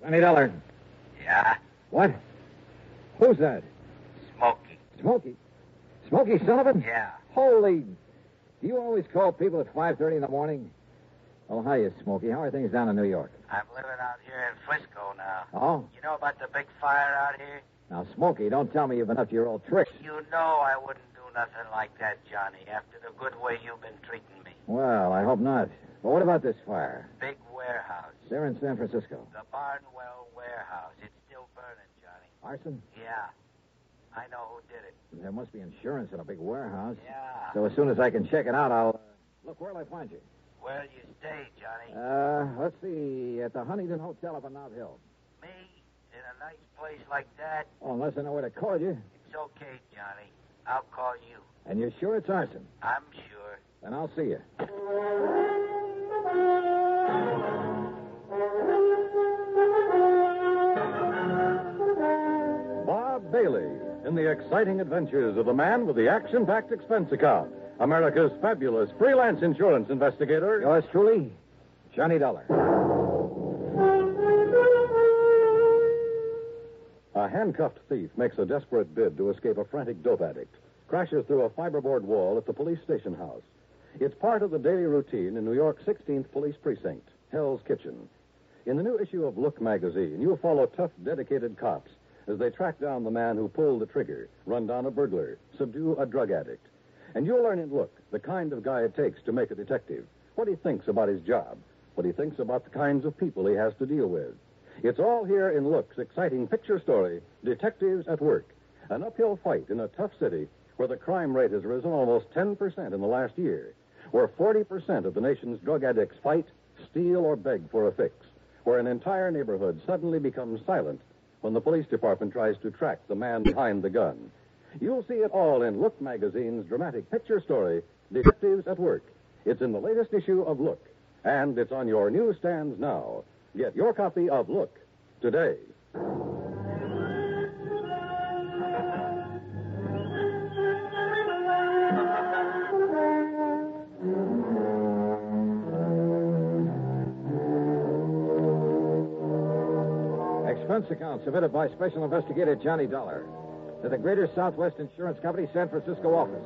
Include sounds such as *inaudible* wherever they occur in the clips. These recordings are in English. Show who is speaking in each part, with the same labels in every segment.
Speaker 1: Twenty dollar.
Speaker 2: Yeah,
Speaker 1: What? Who's that?
Speaker 2: Smokey.
Speaker 1: Smoky. Smoky Sullivan?
Speaker 2: Yeah.
Speaker 1: Holy. Do you always call people at five thirty in the morning? Oh, hiya, Smoky. How are things down in New York?
Speaker 2: I'm living out here in Frisco now.
Speaker 1: Oh.
Speaker 2: You know about the big fire out here?
Speaker 1: Now, Smoky, don't tell me you've been up to your old tricks.
Speaker 2: You know I wouldn't do nothing like that, Johnny, after the good way you've been treating me.
Speaker 1: Well, I hope not. But what about this fire?
Speaker 2: Big warehouse.
Speaker 1: They're in San Francisco.
Speaker 2: The Barnwell warehouse. It's still burning, Johnny.
Speaker 1: Arson?
Speaker 2: Yeah. I know who did it.
Speaker 1: There must be insurance in a big warehouse.
Speaker 2: Yeah.
Speaker 1: So as soon as I can check it out, I'll. Uh, look, where'll I find you?
Speaker 2: Where you stay, Johnny?
Speaker 1: Uh, let's see. At the Huntington Hotel up on Knob Hill.
Speaker 2: me? In a nice place like that?
Speaker 1: Oh, unless I know where to call you.
Speaker 2: It's okay, Johnny. I'll call you.
Speaker 1: And you're sure it's arson?
Speaker 2: I'm sure.
Speaker 1: Then I'll see you.
Speaker 3: Bob Bailey in the exciting adventures of the man with the action packed expense account, America's fabulous freelance insurance investigator.
Speaker 1: Yours truly, Johnny Dollar.
Speaker 3: A handcuffed thief makes a desperate bid to escape a frantic dope addict, crashes through a fiberboard wall at the police station house. It's part of the daily routine in New York's 16th Police Precinct, Hell's Kitchen. In the new issue of Look magazine, you'll follow tough, dedicated cops as they track down the man who pulled the trigger, run down a burglar, subdue a drug addict. And you'll learn in Look the kind of guy it takes to make a detective, what he thinks about his job, what he thinks about the kinds of people he has to deal with. It's all here in Look's exciting picture story, Detectives at Work, an uphill fight in a tough city where the crime rate has risen almost 10% in the last year, where 40% of the nation's drug addicts fight, steal, or beg for a fix, where an entire neighborhood suddenly becomes silent when the police department tries to track the man behind the gun. You'll see it all in Look magazine's dramatic picture story, Detectives at Work. It's in the latest issue of Look, and it's on your newsstands now. Get your copy of Look today.
Speaker 1: Expense account submitted by Special Investigator Johnny Dollar to the Greater Southwest Insurance Company San Francisco office.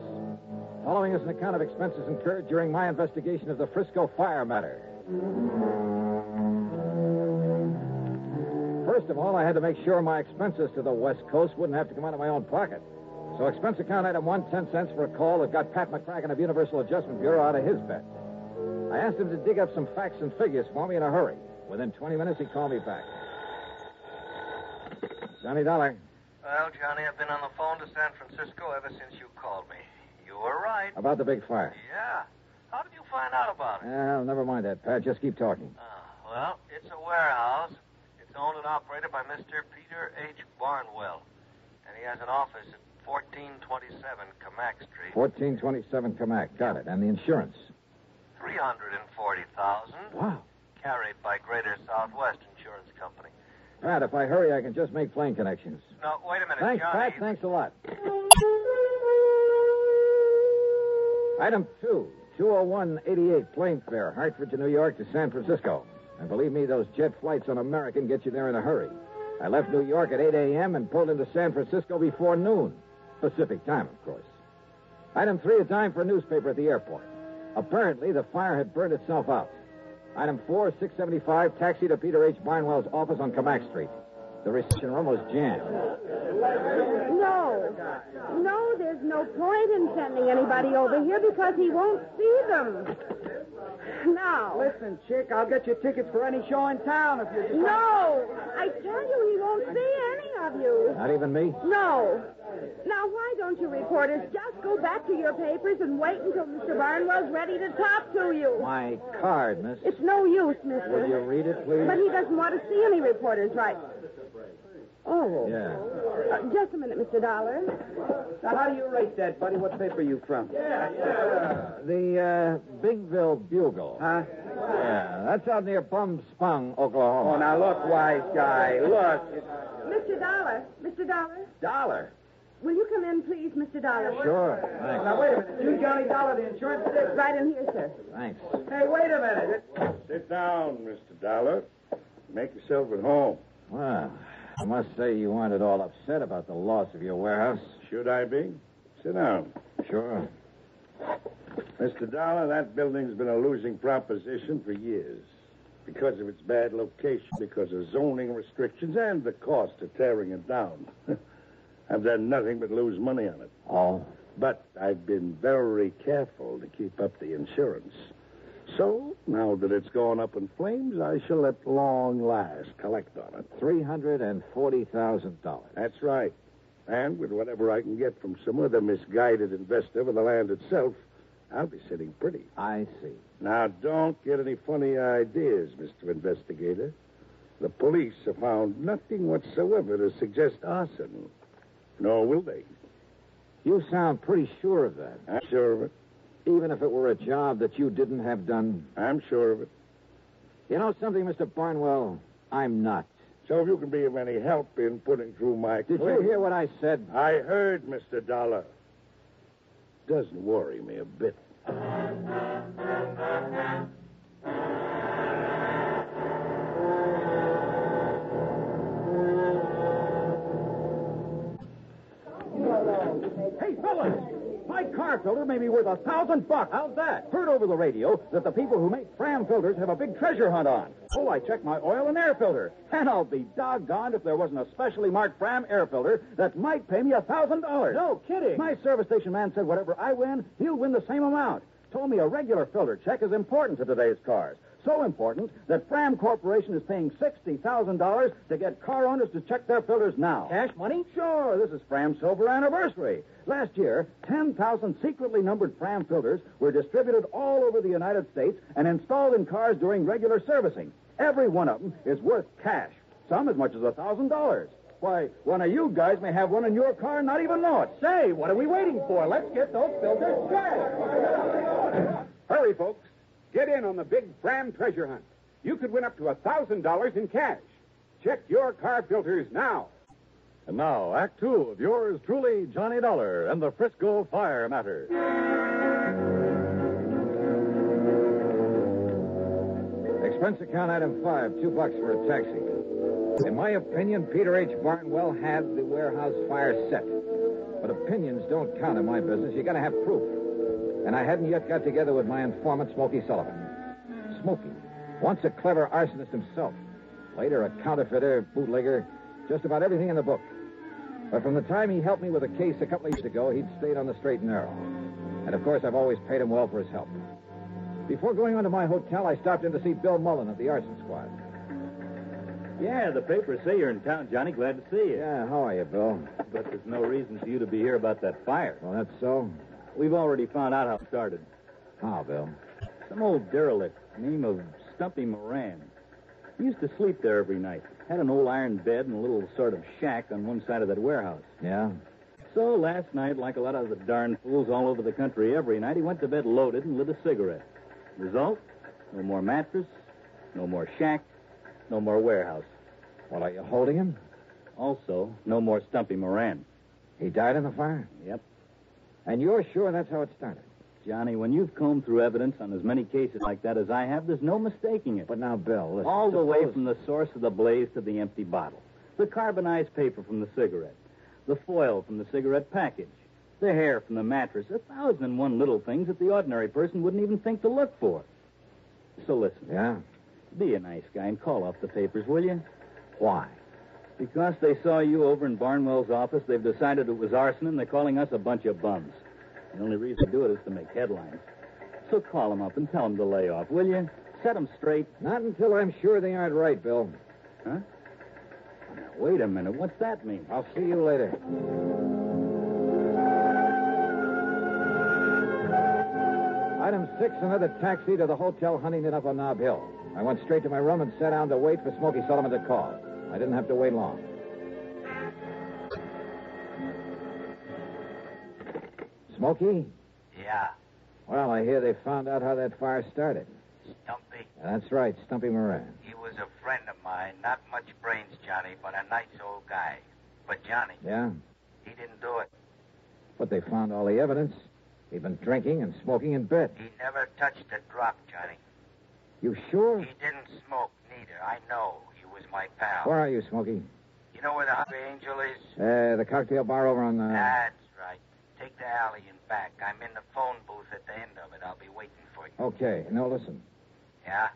Speaker 1: Following is an account of expenses incurred during my investigation of the Frisco fire matter. First of all, I had to make sure my expenses to the West Coast wouldn't have to come out of my own pocket. So expense account item one, ten cents for a call that got Pat McCracken of Universal Adjustment Bureau out of his bed. I asked him to dig up some facts and figures for me in a hurry. Within 20 minutes, he called me back. Johnny Dollar.
Speaker 2: Well, Johnny, I've been on the phone to San Francisco ever since you called me. You were right.
Speaker 1: About the big fire.
Speaker 2: Yeah. How did you find out about it?
Speaker 1: Well, never mind that, Pat. Just keep talking.
Speaker 2: Well, it's a warehouse. It's owned and operated by Mr. Peter H. Barnwell. And he has an office at 1427 Kamak Street.
Speaker 1: 1427 Kamak. Got it. And the insurance.
Speaker 2: 340000
Speaker 1: Wow.
Speaker 2: Carried by Greater Southwest Insurance Company.
Speaker 1: Pat, if I hurry, I can just make plane connections.
Speaker 2: No, wait a minute,
Speaker 1: Thanks,
Speaker 2: Johnny.
Speaker 1: Pat. Thanks a lot. Item two, 20188 plane fare, Hartford to New York to San Francisco. And believe me, those jet flights on American get you there in a hurry. I left New York at 8 a.m. and pulled into San Francisco before noon. Pacific time, of course. Item three, a dime for a newspaper at the airport. Apparently, the fire had burned itself out. Item four, 675, taxi to Peter H. Barnwell's office on Kamak Street. The reception room was jammed.
Speaker 4: No. No, there's no point in sending anybody over here because he won't see them. Now.
Speaker 5: Listen, chick, I'll get you tickets for any show in town if you just.
Speaker 4: No. I tell you, he won't see any of you.
Speaker 1: Not even me?
Speaker 4: No. Now, why don't you reporters just go back to your papers and wait until Mr. Barnwell's ready to talk to you?
Speaker 1: My card, miss.
Speaker 4: It's no use, mister.
Speaker 1: Will you read it, please?
Speaker 4: But he doesn't want to see any reporters, right? Oh.
Speaker 1: Yeah.
Speaker 4: Uh, just a minute, Mr. Dollar.
Speaker 5: Now, how do you rate that, buddy? What paper are you from? Yeah, yeah.
Speaker 1: The uh, Bingville Bugle.
Speaker 5: Huh?
Speaker 1: Yeah, that's out near Bum Spung, Oklahoma.
Speaker 5: Oh, now look, wise guy. Look.
Speaker 4: Mr. Dollar. Mr. Dollar.
Speaker 5: Dollar.
Speaker 4: Will you come in, please, Mr. Dollar?
Speaker 1: Sure. Thanks.
Speaker 5: Now, wait a minute. You, Johnny Dollar, the insurance dick.
Speaker 4: Right in here, sir.
Speaker 1: Thanks.
Speaker 5: Hey, wait a minute.
Speaker 6: Sit down, Mr. Dollar. Make yourself at home.
Speaker 1: Well, I must say you aren't at all upset about the loss of your warehouse.
Speaker 6: Should I be? Sit down.
Speaker 1: Sure.
Speaker 6: Mr. Dollar, that building's been a losing proposition for years because of its bad location, because of zoning restrictions, and the cost of tearing it down. *laughs* I've done nothing but lose money on it.
Speaker 1: Oh.
Speaker 6: But I've been very careful to keep up the insurance. So, now that it's gone up in flames, I shall at long last collect on it.
Speaker 1: $340,000.
Speaker 6: That's right. And with whatever I can get from some other misguided investor for the land itself, I'll be sitting pretty.
Speaker 1: I see.
Speaker 6: Now, don't get any funny ideas, Mr. Investigator. The police have found nothing whatsoever to suggest arson. Nor will they.
Speaker 1: You sound pretty sure of that,
Speaker 6: I'm sure of it.
Speaker 1: even if it were a job that you didn't have done.
Speaker 6: I'm sure of it.
Speaker 1: You know something, Mr. Barnwell? I'm not.
Speaker 6: So if you can be of any help in putting through my
Speaker 1: Did you
Speaker 6: claim-
Speaker 1: hear what I said?
Speaker 6: I heard, Mr. Dollar. Doesn't worry me a bit.
Speaker 1: Hey, fellas! My car filter may be worth a thousand bucks. How's that? Heard over the radio that the people who make Fram filters have a big treasure hunt on. Oh, I checked my oil and air filter. And I'll be doggone if there wasn't a specially marked Fram air filter that might pay me a thousand dollars. No kidding. My service station man said whatever I win, he'll win the same amount. Told me a regular filter check is important to today's cars. So important that Fram Corporation is paying $60,000 to get car owners to check their filters now. Cash money? Sure. This is Fram's silver anniversary. Last year, 10,000 secretly numbered Fram filters were distributed all over the United States and installed in cars during regular servicing. Every one of them is worth cash, some as much as $1,000. Why, one of you guys may have one in your car and not even know it. Say, what are we waiting for? Let's get those filters checked.
Speaker 7: Hurry, folks. Get in on the big Fram treasure hunt. You could win up to $1,000 in cash. Check your car filters now.
Speaker 3: And now, Act Two of yours truly, Johnny Dollar and the Frisco Fire Matter.
Speaker 1: Expense account item five, two bucks for a taxi. In my opinion, Peter H. Barnwell had the warehouse fire set. But opinions don't count in my business. You gotta have proof. And I hadn't yet got together with my informant, Smoky Sullivan. Smoky, once a clever arsonist himself. Later, a counterfeiter, bootlegger, just about everything in the book. But from the time he helped me with a case a couple of years ago, he'd stayed on the straight and narrow. And of course, I've always paid him well for his help. Before going on to my hotel, I stopped in to see Bill Mullen of the arson squad.
Speaker 8: Yeah, the papers say you're in town, Johnny. Glad to see you.
Speaker 1: Yeah, how are you, Bill?
Speaker 8: But there's no reason for you to be here about that fire.
Speaker 1: Well, that's so.
Speaker 8: We've already found out how it started.
Speaker 1: How, Bill?
Speaker 8: Some old derelict, name of Stumpy Moran. He used to sleep there every night. Had an old iron bed and a little sort of shack on one side of that warehouse.
Speaker 1: Yeah?
Speaker 8: So last night, like a lot of the darn fools all over the country every night, he went to bed loaded and lit a cigarette. Result? No more mattress, no more shack, no more warehouse.
Speaker 1: What are you holding him?
Speaker 8: Also, no more Stumpy Moran.
Speaker 1: He died in the fire?
Speaker 8: Yep.
Speaker 1: And you're sure that's how it started?
Speaker 8: Johnny, when you've combed through evidence on as many cases like that as I have, there's no mistaking it.
Speaker 1: But now, Bill, listen,
Speaker 8: All the way from the source of the blaze to the empty bottle. The carbonized paper from the cigarette. The foil from the cigarette package. The hair from the mattress. A thousand and one little things that the ordinary person wouldn't even think to look for. So listen.
Speaker 1: Yeah?
Speaker 8: Be a nice guy and call off the papers, will you?
Speaker 1: Why?
Speaker 8: Because they saw you over in Barnwell's office, they've decided it was arson and they're calling us a bunch of bums. The only reason to do it is to make headlines. So call them up and tell them to lay off, will you? Set them straight.
Speaker 1: Not until I'm sure they aren't right, Bill.
Speaker 8: Huh? Now, wait a minute. What's that mean?
Speaker 1: I'll see you later. Item six, another taxi to the hotel Huntington up on Nob Hill. I went straight to my room and sat down to wait for Smoky Solomon to call. I didn't have to wait long. Smoky?
Speaker 2: Yeah,
Speaker 1: Well, I hear they found out how that fire started.
Speaker 2: Stumpy.
Speaker 1: That's right, Stumpy Moran.
Speaker 2: He was a friend of mine. Not much brains, Johnny, but a nice old guy. But Johnny,
Speaker 1: Yeah?
Speaker 2: he didn't do it.
Speaker 1: But they found all the evidence. He'd been drinking and smoking in bed.
Speaker 2: He never touched a drop, Johnny.
Speaker 1: You sure?
Speaker 2: He didn't smoke neither. I know. He was my pal.
Speaker 1: Where are you, Smoky?
Speaker 2: You know where the Hungry Angel is?
Speaker 1: Uh, the cocktail bar over on uh, the.
Speaker 2: That's right. Take the alley and back. I'm in the phone booth at the end of it. I'll be waiting for you.
Speaker 1: Okay, now listen.
Speaker 2: Yeah?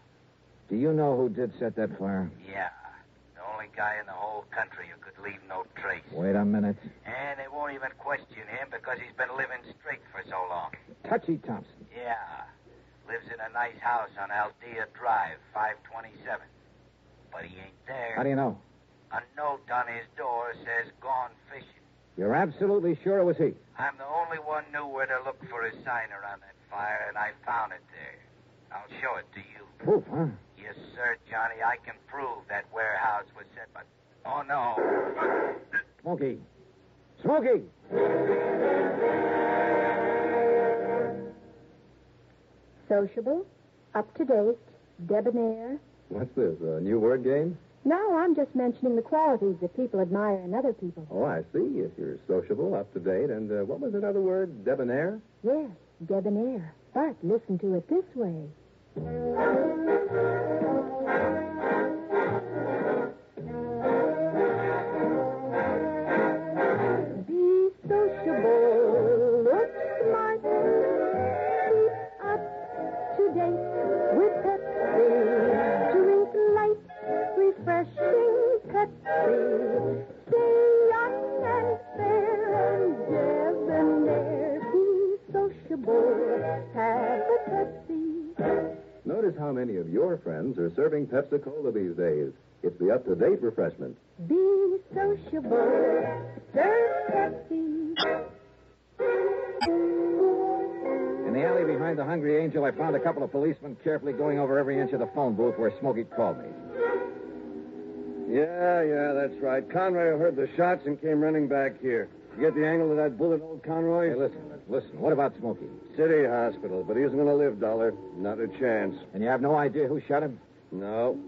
Speaker 1: Do you know who did set that fire?
Speaker 2: Yeah. The only guy in the whole country who could leave no trace.
Speaker 1: Wait a minute.
Speaker 2: And Eh, they won't even question him because he's been living straight for so long.
Speaker 1: Touchy Thompson.
Speaker 2: Yeah. Lives in a nice house on Aldea Drive, 527. But he ain't there.
Speaker 1: How do you know?
Speaker 2: A note on his door says gone fishing.
Speaker 1: You're absolutely sure it was he.
Speaker 2: I'm the only one knew where to look for his sign around that fire, and I found it there. I'll show it to you.
Speaker 1: Proof, huh?
Speaker 2: Yes, sir, Johnny. I can prove that warehouse was set by. Oh, no.
Speaker 1: Smoky. Smoky!
Speaker 4: Sociable, up to date, debonair.
Speaker 3: What's this, a new word game?
Speaker 4: No, I'm just mentioning the qualities that people admire in other people.
Speaker 3: Oh, I see. If you're sociable, up to date, and uh, what was another word? Debonair?
Speaker 4: Yes, debonair. But listen to it this way. Be sociable, look smart, keep up to date with Pepsi, drink light, refreshing Pepsi, stay young and fair and debonair, be sociable, have a Pepsi.
Speaker 3: Notice how many of your friends are serving Pepsi Cola these days. It's the up to date refreshment.
Speaker 4: Be sociable. Serve Pepsi.
Speaker 1: In the alley behind the Hungry Angel, I found a couple of policemen carefully going over every inch of the phone booth where Smoky called me.
Speaker 6: Yeah, yeah, that's right. Conroy heard the shots and came running back here. You get the angle of that bullet, old Conroy?
Speaker 1: Hey, listen, listen. What about Smoky?
Speaker 6: City hospital, but he isn't going to live, Dollar. Not a chance.
Speaker 1: And you have no idea who shot him?
Speaker 6: No.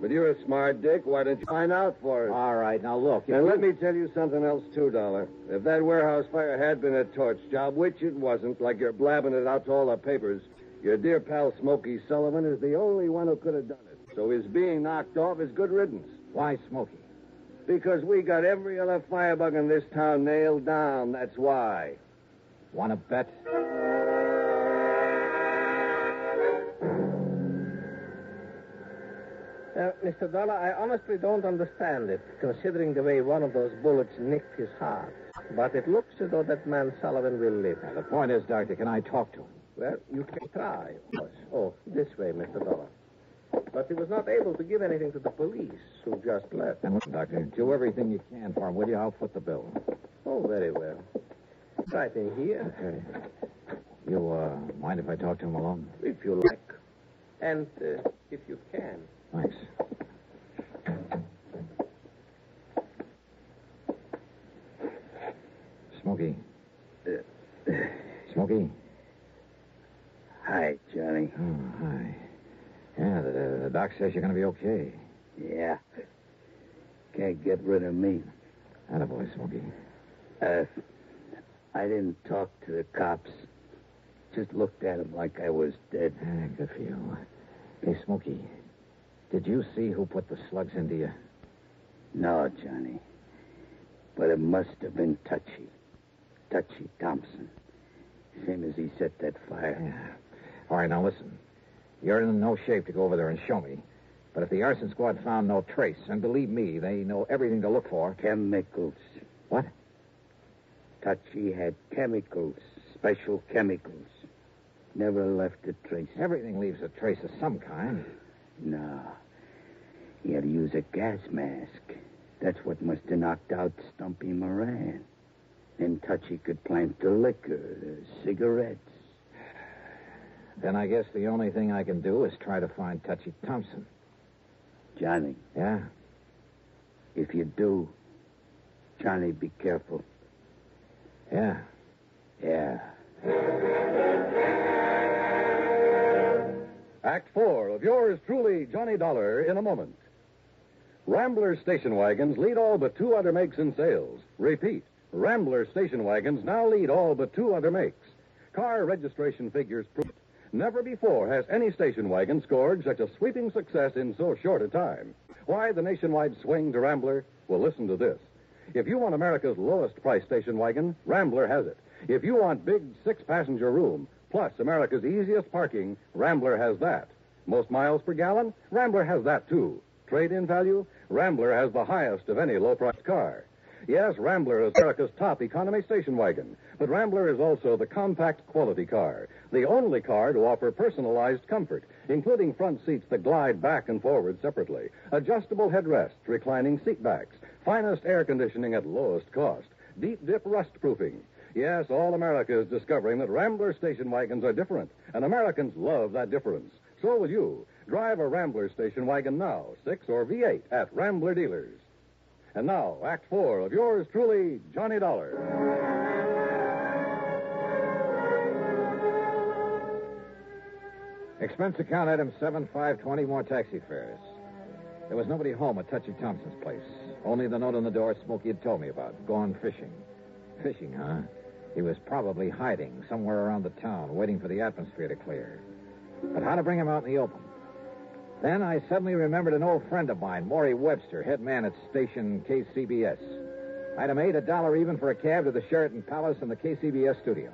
Speaker 6: But you're a smart dick. Why don't you find out for us?
Speaker 1: All right, now look. if
Speaker 6: and
Speaker 1: you-
Speaker 6: let me tell you something else, too, Dollar. If that warehouse fire had been a torch job, which it wasn't, like you're blabbing it out to all the papers, your dear pal Smoky Sullivan is the only one who could have done it. So his being knocked off is good riddance.
Speaker 1: Why Smoky?
Speaker 6: Because we got every other firebug in this town nailed down. That's why.
Speaker 1: Want to bet?
Speaker 6: Uh,
Speaker 9: Mr. Dollar, I honestly don't understand it, considering the way one of those bullets nicked his heart. But it looks as though that man Sullivan will live.
Speaker 1: Now, the point is, Doctor, can I talk to him?
Speaker 9: Well, you can try, of course. Oh, this way, Mr. Dollar. But he was not able to give anything to the police who just left.
Speaker 1: Now, listen, Doctor, do everything you can for him, will you? I'll foot the bill.
Speaker 9: Oh, very well. It's right in here,
Speaker 1: Okay. You, uh, mind if I talk to him alone?
Speaker 9: if you like. And uh, if you can.
Speaker 1: Thanks. Smokey.
Speaker 9: Uh,
Speaker 1: Smokey?
Speaker 10: Hi, Johnny.
Speaker 1: Oh, hi. Yeah, the, the, the doc says you're going to be okay.
Speaker 10: Yeah. Can't get rid of me.
Speaker 1: Attaboy, Smokey.
Speaker 10: Uh, I didn't talk to the cops. Just looked at them like I was dead.
Speaker 1: Eh, good for you. Hey, Smokey, did you see who put the slugs into you?
Speaker 10: No, Johnny. But it must have been Touchy. Touchy Thompson. Same as he set that fire.
Speaker 1: All right, now listen. You're in no shape to go over there and show me. But if the arson squad found no trace, and believe me, they know everything to look for.
Speaker 10: Chemicals.
Speaker 1: What?
Speaker 10: Touchy had chemicals, special chemicals. Never left a trace.
Speaker 1: Everything leaves a trace of some kind.
Speaker 10: No. He had to use a gas mask. That's what must have knocked out Stumpy Moran. Then Touchy could plant the liquor, the cigarettes.
Speaker 1: Then I guess the only thing I can do is try to find Touchy Thompson.
Speaker 10: Johnny,
Speaker 1: Yeah?
Speaker 10: if you do, Johnny, be careful.
Speaker 1: Yeah.
Speaker 10: Yeah.
Speaker 11: Act four of yours truly, Johnny Dollar, in a moment. Rambler station wagons lead all but two other makes in sales. Repeat, Rambler station wagons now lead all but two other makes. Car registration figures prove it. Never before has any station wagon scored such a sweeping success in so short a time. Why the nationwide swing to Rambler? Well, listen to this. If you want America's lowest price station wagon, Rambler has it. If you want big six passenger room, plus America's easiest parking, Rambler has that. Most miles per gallon, Rambler has that too. Trade in value, Rambler has the highest of any low priced car. Yes, Rambler is America's top economy station wagon, but Rambler is also the compact quality car, the only car to offer personalized comfort, including front seats that glide back and forward separately, adjustable headrests, reclining seat backs, finest air conditioning at lowest cost, deep dip rust proofing. Yes, all America is discovering that Rambler station wagons are different, and Americans love that difference. So will you. Drive a Rambler station wagon now, 6 or V8 at Rambler dealers. And now, Act Four of yours truly, Johnny Dollar.
Speaker 1: Expense account item 7520, more taxi fares. There was nobody home at Touchy Thompson's place. Only the note on the door Smokey had told me about. Gone fishing. Fishing, huh? He was probably hiding somewhere around the town, waiting for the atmosphere to clear. But how to bring him out in the open? Then I suddenly remembered an old friend of mine, Maury Webster, head man at station KCBS. Item eight, a dollar even for a cab to the Sheraton Palace and the KCBS studios.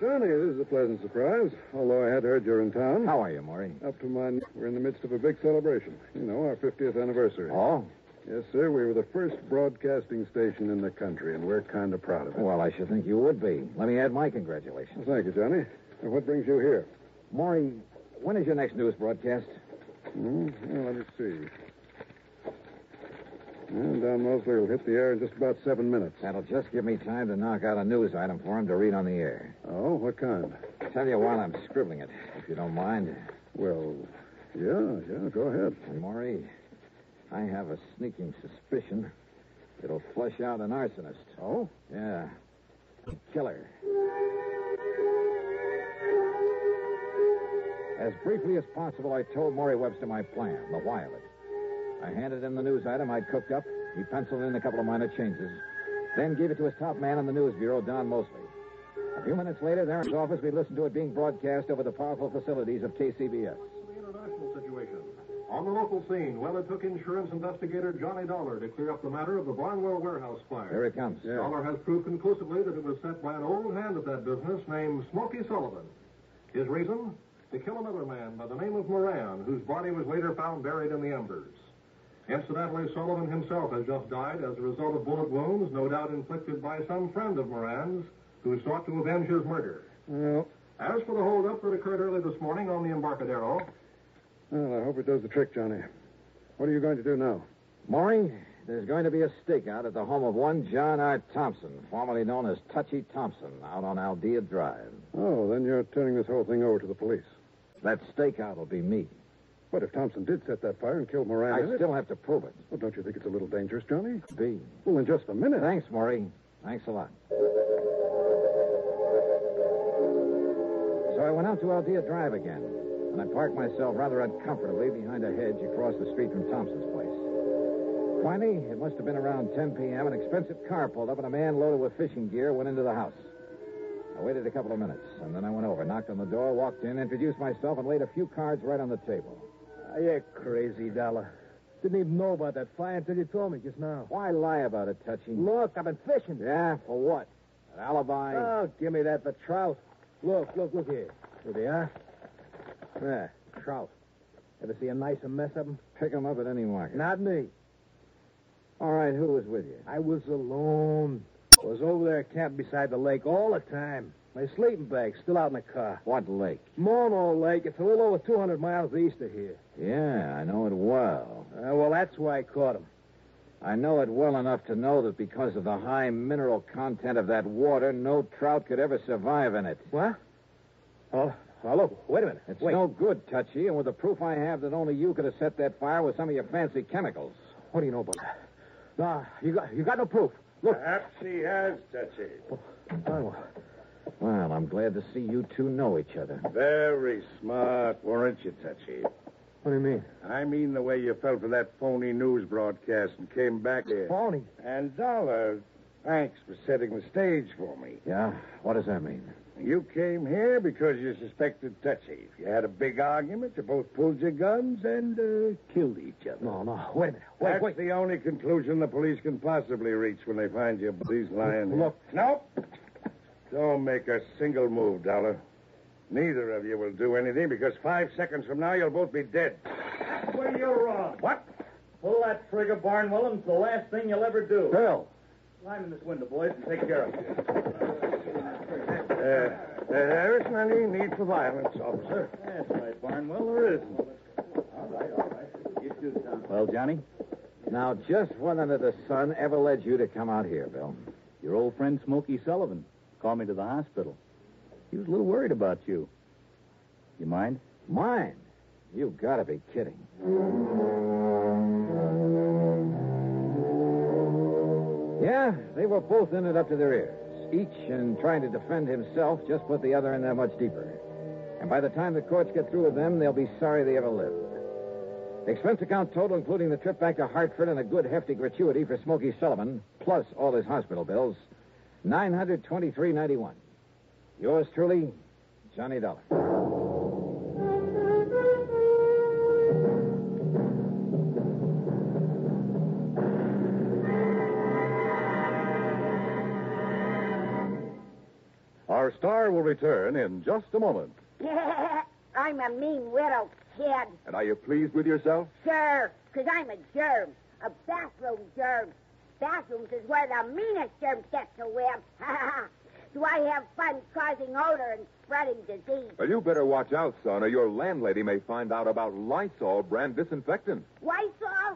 Speaker 12: Johnny, this is a pleasant surprise, although I had heard you're in town.
Speaker 1: How are you, Maury?
Speaker 12: Up to my neck. We're in the midst of a big celebration. You know, our 50th anniversary.
Speaker 1: Oh?
Speaker 12: Yes, sir. We were the first broadcasting station in the country, and we're kind of proud of it.
Speaker 1: Well, I should think you would be. Let me add my congratulations.
Speaker 12: Thank you, Johnny. And what brings you here?
Speaker 1: Maury, when is your next news broadcast?
Speaker 12: Hmm? Well, let me see. Well, Don Mosley will hit the air in just about seven minutes.
Speaker 1: That'll just give me time to knock out a news item for him to read on the air.
Speaker 12: Oh, what kind?
Speaker 1: Tell you while I'm scribbling it, if you don't mind.
Speaker 12: Well, yeah, yeah, go ahead.
Speaker 1: And Maury, I have a sneaking suspicion it'll flush out an arsonist.
Speaker 12: Oh?
Speaker 1: Yeah. Killer. As briefly as possible, I told Maury Webster my plan, the why of it. I handed him the news item I'd cooked up. He penciled in a couple of minor changes, then gave it to his top man in the news bureau, Don Mosley. A few minutes later, there in his office, we listened to it being broadcast over the powerful facilities of KCBS.
Speaker 6: international situation. On the local scene, well, it took insurance investigator Johnny Dollar to clear up the matter of the Barnwell warehouse fire.
Speaker 1: Here it comes.
Speaker 6: Dollar has proved conclusively that it was set by an old hand at that business named Smoky Sullivan. His reason?
Speaker 13: to kill another man by the name of Moran, whose body was later found buried in the embers. Incidentally, Sullivan himself has just died as a result of bullet wounds, no doubt inflicted by some friend of Moran's who sought to avenge his murder.
Speaker 14: No.
Speaker 13: As for the holdup that occurred early this morning on the Embarcadero,
Speaker 14: Well, I hope it does the trick, Johnny. What are you going to do now?
Speaker 1: Maury, there's going to be a stakeout at the home of one John R. Thompson, formerly known as Touchy Thompson, out on Aldea Drive.
Speaker 14: Oh, then you're turning this whole thing over to the police.
Speaker 1: That stakeout will be me.
Speaker 14: But if Thompson did set that fire and kill Moran,
Speaker 1: I
Speaker 14: in it-
Speaker 1: still have to prove it.
Speaker 14: Well, don't you think it's a little dangerous, Johnny?
Speaker 1: Be.
Speaker 14: Well, in just a minute.
Speaker 1: Thanks, Maury. Thanks a lot. So I went out to Aldea Drive again, and I parked myself rather uncomfortably behind a hedge across the street from Thompson's place. Finally, it must have been around 10 p.m., an expensive car pulled up, and a man loaded with fishing gear went into the house. I waited a couple of minutes, and then I went over, knocked on the door, walked in, introduced myself, and laid a few cards right on the table.
Speaker 15: Ah, you crazy dollar. Didn't even know about that fire until you told me just now.
Speaker 1: Why lie about it, Touchy?
Speaker 15: Look, I've been fishing.
Speaker 1: Yeah, for what? An alibi?
Speaker 15: Oh, give me that, the trout. Look, look, look here. Here they are. There, trout. Ever see a nicer mess of them?
Speaker 1: Pick 'em up at any market.
Speaker 15: Not me.
Speaker 1: All right, who was with you?
Speaker 15: I was alone. I was over there camped beside the lake all the time. My sleeping bag's still out in the car.
Speaker 1: What lake?
Speaker 15: Mono Lake, it's a little over 200 miles east of here.
Speaker 1: Yeah, I know it well.
Speaker 15: Uh, well, that's why I caught him.
Speaker 1: I know it well enough to know that because of the high mineral content of that water, no trout could ever survive in it.
Speaker 15: What? Oh, oh look, wait a minute.
Speaker 1: It's
Speaker 15: wait.
Speaker 1: no good, Touchy, and with the proof I have that only you could have set that fire with some of your fancy chemicals.
Speaker 15: What do you know about that? Nah, you got, you got no proof. Look.
Speaker 6: Perhaps he has, Touchy.
Speaker 15: Oh,
Speaker 1: Well, I'm glad to see you two know each other.
Speaker 6: Very smart, weren't you, Touchy?
Speaker 15: what do you mean?
Speaker 6: I mean the way you fell for that phony news broadcast and came back here.
Speaker 15: Phony?
Speaker 6: And Dollar, thanks for setting the stage for me.
Speaker 1: Yeah? What does that mean?
Speaker 6: You came here because you suspected Touchy. You had a big argument. You both pulled your guns and uh, killed each other.
Speaker 15: No, no. Wait a minute. Wait,
Speaker 6: That's
Speaker 15: wait.
Speaker 6: the only conclusion the police can possibly reach when they find your bodies lying. here.
Speaker 15: Look.
Speaker 6: Nope. Don't make a single move, Dollar. Neither of you will do anything because five seconds from now you'll both be dead.
Speaker 16: Well, you're wrong.
Speaker 6: What?
Speaker 16: Pull that trigger, Barnwell, and it's the last thing you'll ever do.
Speaker 6: Bill.
Speaker 16: Climb in this window, boys, and take care of it.
Speaker 6: Uh, there isn't any need for violence, officer.
Speaker 16: That's right, Barnwell. There isn't. All right, all right. You shoot, Tom. Well, Johnny?
Speaker 1: Now, just what under the sun ever led you to come out here, Bill?
Speaker 8: Your old friend Smokey Sullivan called me to the hospital. He was a little worried about you. You mind?
Speaker 1: Mine? You've got to be kidding. Yeah, they were both in it up to their ears. Each, in trying to defend himself, just put the other in that much deeper. And by the time the courts get through with them, they'll be sorry they ever lived. The expense account total, including the trip back to Hartford and a good hefty gratuity for Smoky Sullivan, plus all his hospital bills, nine hundred twenty-three ninety-one. Yours truly, Johnny Dollar.
Speaker 17: Our star will return in just a moment.
Speaker 3: *laughs* I'm a mean little kid,
Speaker 17: And are you pleased with yourself?
Speaker 3: sure, 'cause I'm a germ, a bathroom germ. Bathrooms is where the meanest germs get to live. *laughs* Do I have fun causing odor and spreading disease?
Speaker 18: Well, you better watch out, son, or your landlady may find out about Lysol brand disinfectant.
Speaker 3: Lysol?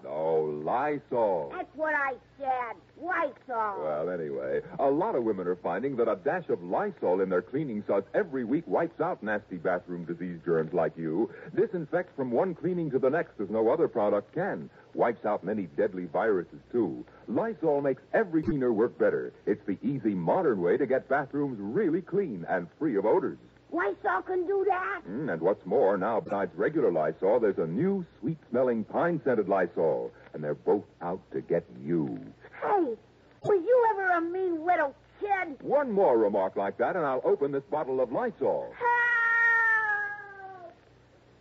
Speaker 18: Oh, Lysol.
Speaker 3: That's what I said. Lysol.
Speaker 18: Well, anyway, a lot of women are finding that a dash of Lysol in their cleaning suds every week wipes out nasty bathroom disease germs like you, disinfects from one cleaning to the next as no other product can, wipes out many deadly viruses, too. Lysol makes every cleaner work better. It's the easy, modern way to get bathrooms really clean and free of odors.
Speaker 3: Lysol can do that?
Speaker 18: Mm, and what's more, now besides regular Lysol, there's a new sweet smelling pine scented Lysol. And they're both out to get you.
Speaker 3: Hey, was you ever a mean little kid?
Speaker 18: One more remark like that, and I'll open this bottle of Lysol.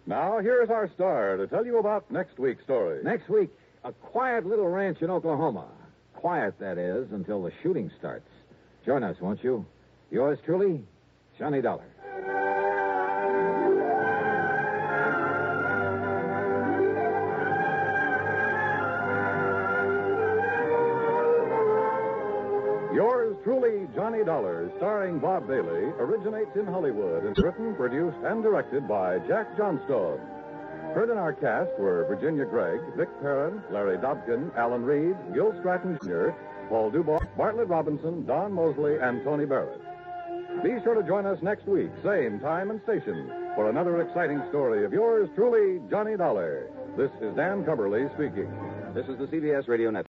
Speaker 17: Now, here is our star to tell you about next week's story.
Speaker 1: Next week, a quiet little ranch in Oklahoma. Quiet, that is, until the shooting starts. Join us, won't you? Yours truly, Johnny Dollar. Yours truly, Johnny Dollar, starring Bob Bailey, originates in Hollywood and is written, produced, and directed by Jack Johnstone. Heard in our cast were Virginia Gregg, Vic Perrin, Larry Dobkin, Alan Reed, Gil Stratton Jr., Paul Dubois, Bartlett Robinson, Don Mosley, and Tony Barrett. Be sure to join us next week, same time and station, for another exciting story of yours truly, Johnny Dollar. This is Dan Cumberly speaking.
Speaker 6: This is the CBS Radio Network.